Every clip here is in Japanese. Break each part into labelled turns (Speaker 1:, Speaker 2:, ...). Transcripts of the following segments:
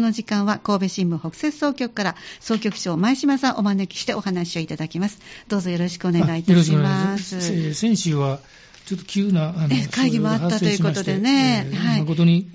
Speaker 1: の時間は神戸新聞北摂総局から総局長前島さんお招きしてお話をいただきます。どうぞよろしくお願いいたします。
Speaker 2: よろしくお願いします。先週はちょっと急なあの
Speaker 1: 会議もあったということでね、。
Speaker 2: えー、はい、誠に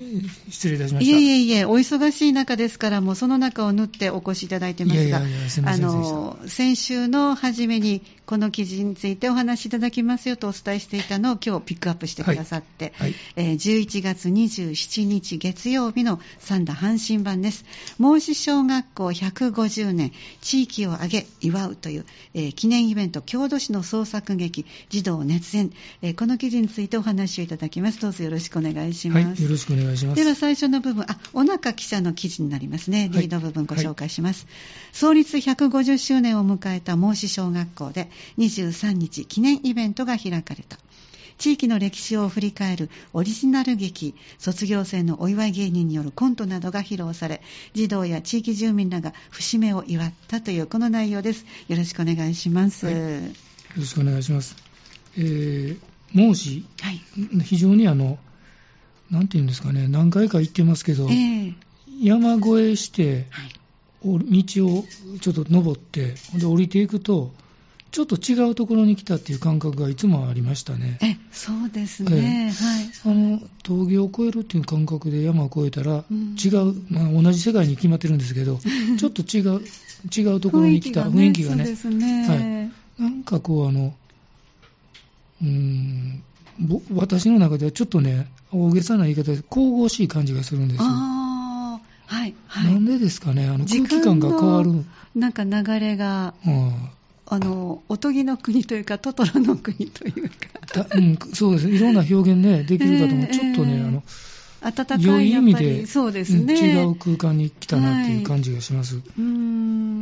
Speaker 2: 失礼いたしました
Speaker 1: いえいえいえ、お忙しい中ですから、もうその中を縫ってお越しいただいてますが、いやいやいやすあの先週の初めに、この記事についてお話しいただきますよとお伝えしていたのを、今日ピックアップしてくださって、はいはい、えー、11月27日月曜日の三田阪神版です。孟子小学校150年、地域を挙げ祝うという、えー、記念イベント、郷土史の創作劇、児童熱演、えーこの記事についてお話をいただきます。どうぞよろしくお願いします。
Speaker 2: はい、よろしくお願いします。
Speaker 1: では最初の部分、あ、小中記者の記事になりますね。リード部分ご紹介します。はいはい、創立150周年を迎えた孟子小学校で23日記念イベントが開かれた。地域の歴史を振り返るオリジナル劇、卒業生のお祝い芸人によるコントなどが披露され、児童や地域住民らが節目を祝ったというこの内容です。よろしくお願いします。
Speaker 2: よろしくお願いします。えー孟子、はい、非常にあの、なんていうんですかね、何回か行ってますけど、えー、山越えして、はい、道をちょっと登って、で降りていくと、ちょっと違うところに来たっていう感覚がいつもありましたね。
Speaker 1: えそうですね、
Speaker 2: えー、はい、あの峠を越えるっていう感覚で山を越えたら、うん、違う、まあ、同じ世界に決まってるんですけど、ちょっと違う違うところに来た雰囲気がね、
Speaker 1: がね
Speaker 2: はい、なんかこうあのうん私の中ではちょっとね、大げさな言い方で神々しい感じがするんですよ。
Speaker 1: あはいはい、
Speaker 2: なんでですかね、あの空気感が変わる。
Speaker 1: なんか流れが、うん、あのおとぎの国というか、トトロの国という
Speaker 2: か、うん、そうです、いろんな表現ね、できるかと思う、えー、ちょっとね、あの
Speaker 1: 暖かい良い意味でそうですね、ね、
Speaker 2: うん、違う空間に来たなっていう感じがします。はい、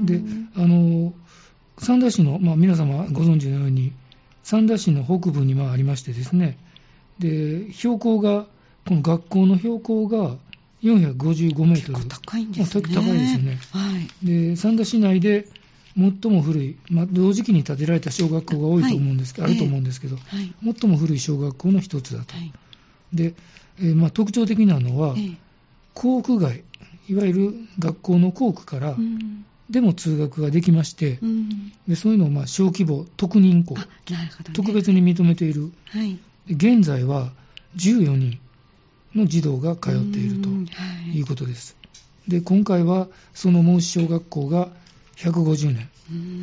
Speaker 2: であの三田市の、まあ、皆様ご存知のように、三田市の北部にまありましてですね、で標高が、この学校の標高が455メートル、
Speaker 1: 高いんですね、
Speaker 2: 高いですよね、、
Speaker 1: はい
Speaker 2: で三田市内で最も古い、まあ、同時期に建てられた小学校が多いと思うんですけど、はい、あると思うんですけど、えー、最も古い小学校の一つだと、はい、でえー、まあ、特徴的なのは、えー、校区外、いわゆる学校の校区から、うんでも通学ができまして、うん、でそういうのをまあ小規模特任校、ね、特別に認めている、はい、現在は14人の児童が通っているということです、はい、で今回はその孟子小学校が150年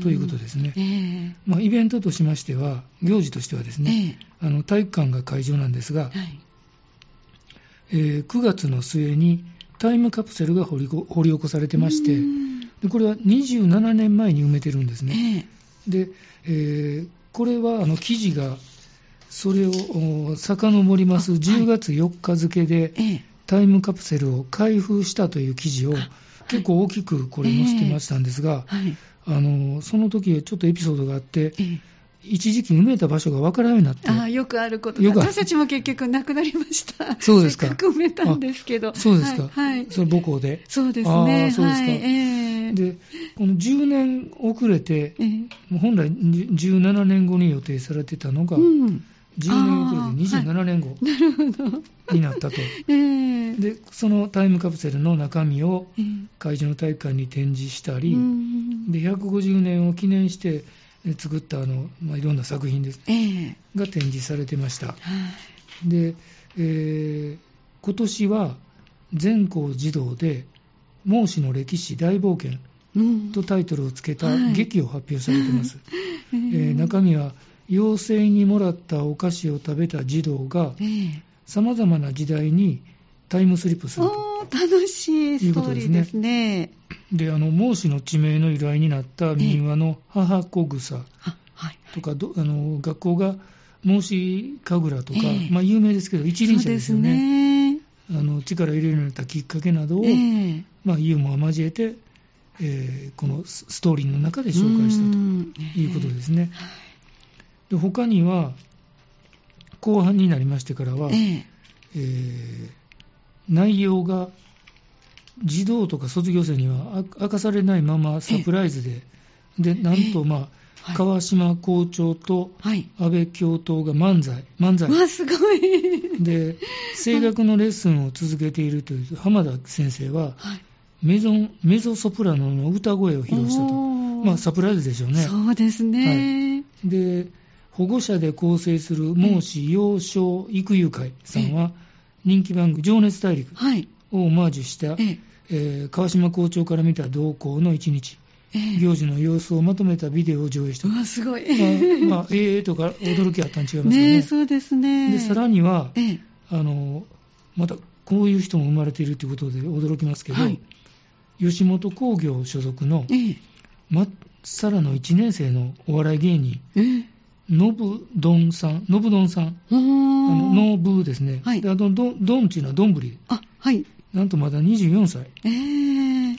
Speaker 2: ということですね、えー、まあ、イベントとしましては行事としてはですね、えー、あの体育館が会場なんですが、はい、えー、9月の末にタイムカプセルが掘り掘り起こされてまして、でこれは27年前に埋めてるんですね。えー、で、えー、これはあの記事がそれを遡ります10月4日付で、タイムカプセルを開封したという記事を結構大きくこれ載せてましたんですが、あのその時ちょっとエピソードがあって、一時期埋めた場所が分からないようになって
Speaker 1: あよくあることだ私たちも結局なくなりました
Speaker 2: そうですか
Speaker 1: せっかく埋めたんですけど
Speaker 2: そうですか、はい、はい、それ母校で
Speaker 1: そうですね
Speaker 2: あそうですか、はい
Speaker 1: え
Speaker 2: ー、でこの10年遅れて、えー、本来17年後に予定されてたのが、うん、10年遅れて27年後になったと、はいえー、でそのタイムカプセルの中身を会場の体育館に展示したり、えー、で150年を記念して作ったあの、まあ、いろんな作品です、えー、が展示されてました、で、えー、今年は全校児童で「孟子の歴史大冒険」とタイトルをつけた劇を発表されてます、うんはいえー、中身は妖精にもらったお菓子を食べた児童がさまざまな時代にタイムスリップすると
Speaker 1: 楽しいストーリーですね
Speaker 2: であの孟子の地名の由来になった民話の母子草とか、どあの学校が孟子神楽とか、ええ、まあ、有名ですけど一輪車ですよね、ね、あの力入れるようになったきっかけなどを、え、まあ、ユーモア交えて、えー、このストーリーの中で紹介したということですね、で他には後半になりましてからは、えー、内容が児童とか卒業生には明かされないままサプライズで、でなんと、まあ、川島校長と安倍教頭が漫才、漫才、
Speaker 1: わすごい
Speaker 2: で声楽のレッスンを続けているという浜田先生は、メゾンメゾソプラノの歌声を披露したと、まあ、サプライズでしょうね。
Speaker 1: そうですね、
Speaker 2: はい、で保護者で構成する孟子幼少育友会さんは人気番組「情熱大陸」をオマージュした、はい、えー、川島校長から見た同校の一日、えー、行事の様子をまとめたビデオを上映した
Speaker 1: うわすごい、
Speaker 2: まあ、まあ、ええー、とか驚きあったん違いますよ
Speaker 1: ねねそうですね
Speaker 2: でさらには、えー、あのまたこういう人も生まれているということで驚きますけど、はい、吉本興業所属の、えー、まっさらの1年生のお笑い芸人、えーノブドンさん、ノブドンさん、あのノブですね、はい、であのドドンっていうのはどんぶり、
Speaker 1: あはい、
Speaker 2: なんとまだ24歳、
Speaker 1: えー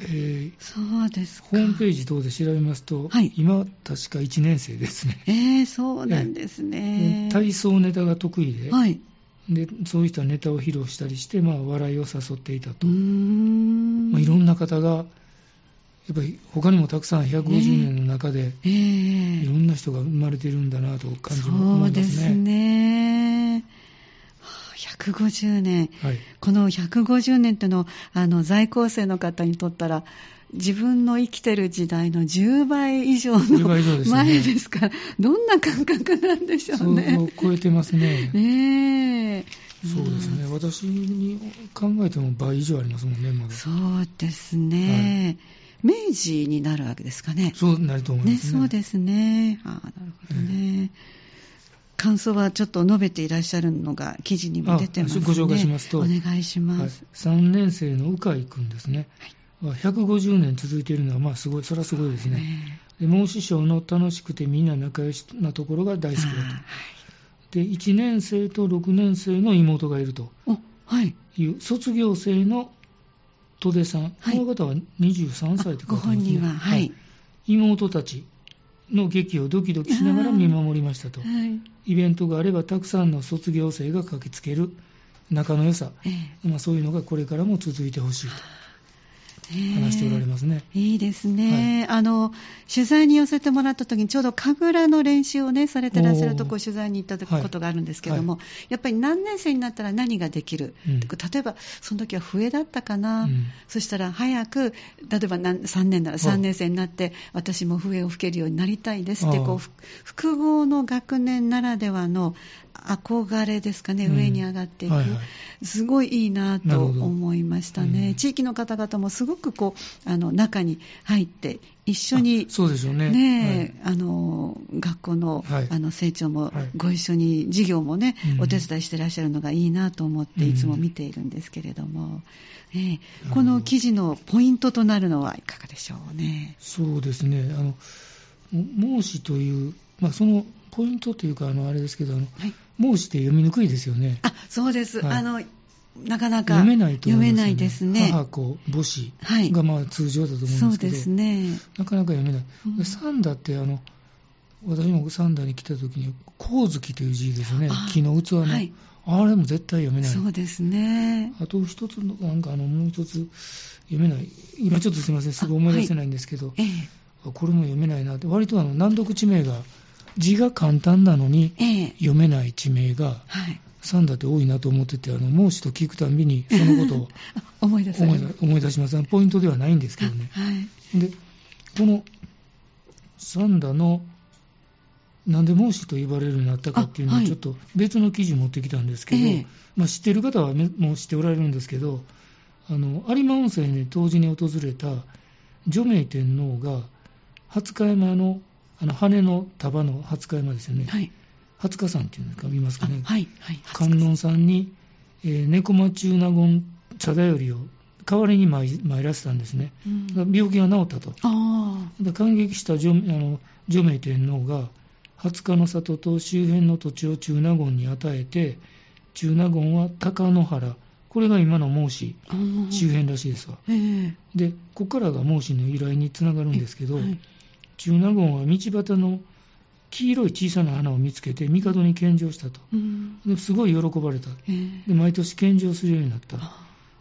Speaker 1: えー、そうです
Speaker 2: ホームページ等で調べますと、はい、今、確か1年生ですね、
Speaker 1: えー、そうなんですね、
Speaker 2: えー、体操ネタが得意で,、はい、で、そういう人はネタを披露したりして、まあ、笑いを誘っていたと、まあ、いろんな方がやっぱり他にもたくさん150年の中で、いろんな人が生まれているんだなと感じますね。そうです
Speaker 1: ね150年、はい、この150年というのあの在校生の方にとったら自分の生きてる時代の10倍以上の前ですから、ね、どんな感覚なんでしょうね。
Speaker 2: そう超えてますね。
Speaker 1: ね
Speaker 2: そうですね、うん、私に考えても倍以上ありますもんね、まだ。
Speaker 1: そうですね。はい明治になるわけですかね。
Speaker 2: そうなると思います
Speaker 1: ね。ねそうですね。あなるほどね、えー。感想はちょっと述べていらっしゃるのが記事にも出てますね。
Speaker 2: ご紹介しますと、お
Speaker 1: 願いします。
Speaker 2: はい、3年生の鵜飼君ですね。はい、150年続いているのは、まあ、すごい、それはすごいですね。はい、で、孟子賞の楽しくてみんな仲良しなところが大好きだと。はい、で、1年生と6年生の妹がいるという、卒業生の戸出さん、はい、この方は23歳という方
Speaker 1: ですね、ねははい、はい、
Speaker 2: 妹たちの劇をドキドキしながら見守りましたと、はい、イベントがあればたくさんの卒業生が駆けつける仲の良さ、えー、まあ、そういうのがこれからも続いてほしいと。話しておられますね、
Speaker 1: えー、いいですね、はい、あの取材に寄せてもらった時にちょうど神楽の練習を、ね、されてらっしゃるところ取材に行ったことがあるんですけども、はいはい、やっぱり何年生になったら何ができる、うん、例えばその時は笛だったかな、うん、そしたら早く例えば3年なら3年生になって私も笛を吹けるようになりたいですってこう複合の学年ならではの憧れですかね、うん、上に上がっていく、はいはい、すごいいいなと思いましたね、うん、地域の方々もすごくこうあの中に入って、一緒に、
Speaker 2: そうでしょうね、
Speaker 1: ねはい、あの学校の,はい、あの成長もご一緒に、授業もね、はい、お手伝いしてらっしゃるのがいいなと思って、いつも見ているんですけれども、うん、えー、この記事のポイントとなるのはいかがでしょうね。
Speaker 2: そうですねあの孟子という、まあ、そのポイントというか、あのあれですけど、あの孟子って読みにくいですよね。
Speaker 1: あそうです、あのなかなか
Speaker 2: 読めないと思
Speaker 1: 読め
Speaker 2: います、ね、
Speaker 1: ないですね。
Speaker 2: 母子、母子がまあ通常だと思うんですけど、はい、そうですね、なかなか読めない。うん、サンダってあの、私もサンダに来た時に、光月という字ですね、木の器の、はい、あれも絶対読めない。
Speaker 1: そうですね。
Speaker 2: あと一つの、なんかあの、もう一つ読めない、今ちょっとすみません、すぐ思い出せないんですけど、はい、これも読めないなって、割とあの難読地名が、字が簡単なのに、読めない地名が、はいサンダって多いなと思ってて、あの孟子と聞くたびに、そのことを
Speaker 1: 思い 出
Speaker 2: 思い出します、ポイントではないんですけどね、はい、でこのサンダの、なんで孟子と言われるようになったかっていうのを、ちょっと別の記事持ってきたんですけど、はい、まあ、知ってる方はもう知っておられるんですけど、あの有馬温泉に当時に訪れた除名天皇が、初日山の、あの羽の束の初日山ですよね。はい二十日山っていうのか見ますかね、
Speaker 1: はいはい、
Speaker 2: 観音さんに、えー、猫間中納言茶だよりを代わりに参らせたんですね、うん、病気が治ったと、感激した除名天皇が、20日の里と周辺の土地を中納言に与えて、中納言は高野原、これが今の孟子周辺らしいですわ、えー、でここからが孟子の由来につながるんですけど、はい、中納言は道端の黄色い小さな花を見つけて帝に献上したと、うん、すごい喜ばれた、えー、毎年献上するようになった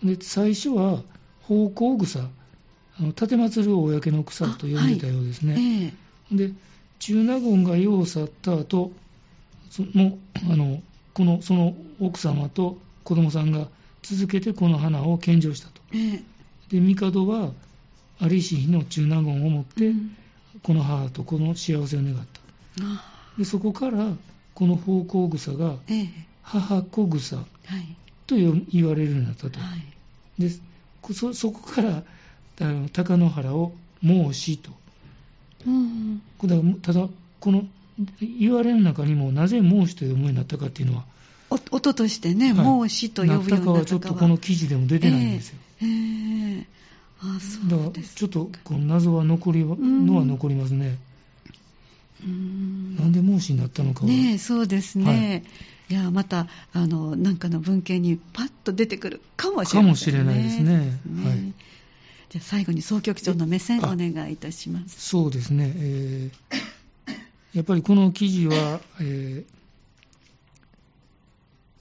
Speaker 2: で最初は方向草あの立てまつる公の草と呼んでたようですね、はいえー、で中納言が世を去った後そのあのこのその奥様と子供さんが続けてこの花を献上したと、えー、で帝は在りし日の中納言を持って、この母とこの幸せを願ったでそこからこの方向草が
Speaker 1: ええ
Speaker 2: 母子草
Speaker 1: はい
Speaker 2: とよ言われるようになったと、
Speaker 1: はい
Speaker 2: でこそそこからあの貴乃原を「孟子」と
Speaker 1: うん
Speaker 2: これはただこの言われる中にもなぜ孟子と読むようになったかっていうのは
Speaker 1: お音としてね、
Speaker 2: はい
Speaker 1: 孟子と呼ぶようになっ
Speaker 2: なったかはちょ
Speaker 1: たか
Speaker 2: っと
Speaker 1: は
Speaker 2: この記事でも出てないんですよ、
Speaker 1: ええええあ
Speaker 2: だ
Speaker 1: そう
Speaker 2: か
Speaker 1: で
Speaker 2: ら
Speaker 1: す
Speaker 2: ちょっとこの謎は残りは
Speaker 1: うん
Speaker 2: のは残りますね、
Speaker 1: うーん
Speaker 2: なんで孟子になったのかは、
Speaker 1: ねえそうですね、い、やまたあのなんかの文献にパッと出てくるかもしれない、
Speaker 2: かもしれないですねはい
Speaker 1: じゃあ最後に総局長の目線お願いいたします
Speaker 2: そうですね、えーやっぱりこの記事は、えー、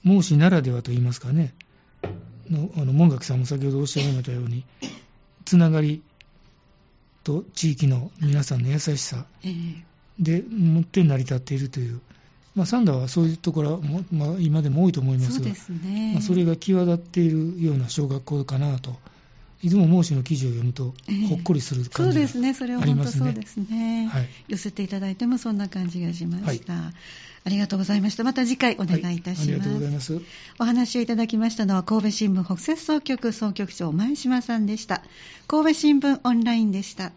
Speaker 2: 孟子ならではと言いますかね、のあの門垣さんも先ほどおっしゃられたように、つながりと地域の皆さんの優しさ
Speaker 1: ええ
Speaker 2: でもって成り立っているという、まあ、サンダーはそういうところはも、まあ、今でも多いと思います
Speaker 1: そう
Speaker 2: が、
Speaker 1: ですね、
Speaker 2: まあ、それが際立っているような小学校かなと、いつも孟子の記事を読むと
Speaker 1: ええ、
Speaker 2: ほっこりする
Speaker 1: そ
Speaker 2: 感
Speaker 1: う
Speaker 2: じが、
Speaker 1: ですね、それは
Speaker 2: あり
Speaker 1: 本
Speaker 2: ま
Speaker 1: 当
Speaker 2: す
Speaker 1: そ
Speaker 2: ね
Speaker 1: うですね。
Speaker 2: はい
Speaker 1: 寄せていただいてもそんな感じがしました。ありがとうございました。また次回お願いいたします。
Speaker 2: はありがとうございます。
Speaker 1: お話をいただきましたのは神戸新聞北摂総局総局長前島さんでした。神戸新聞オンラインでした。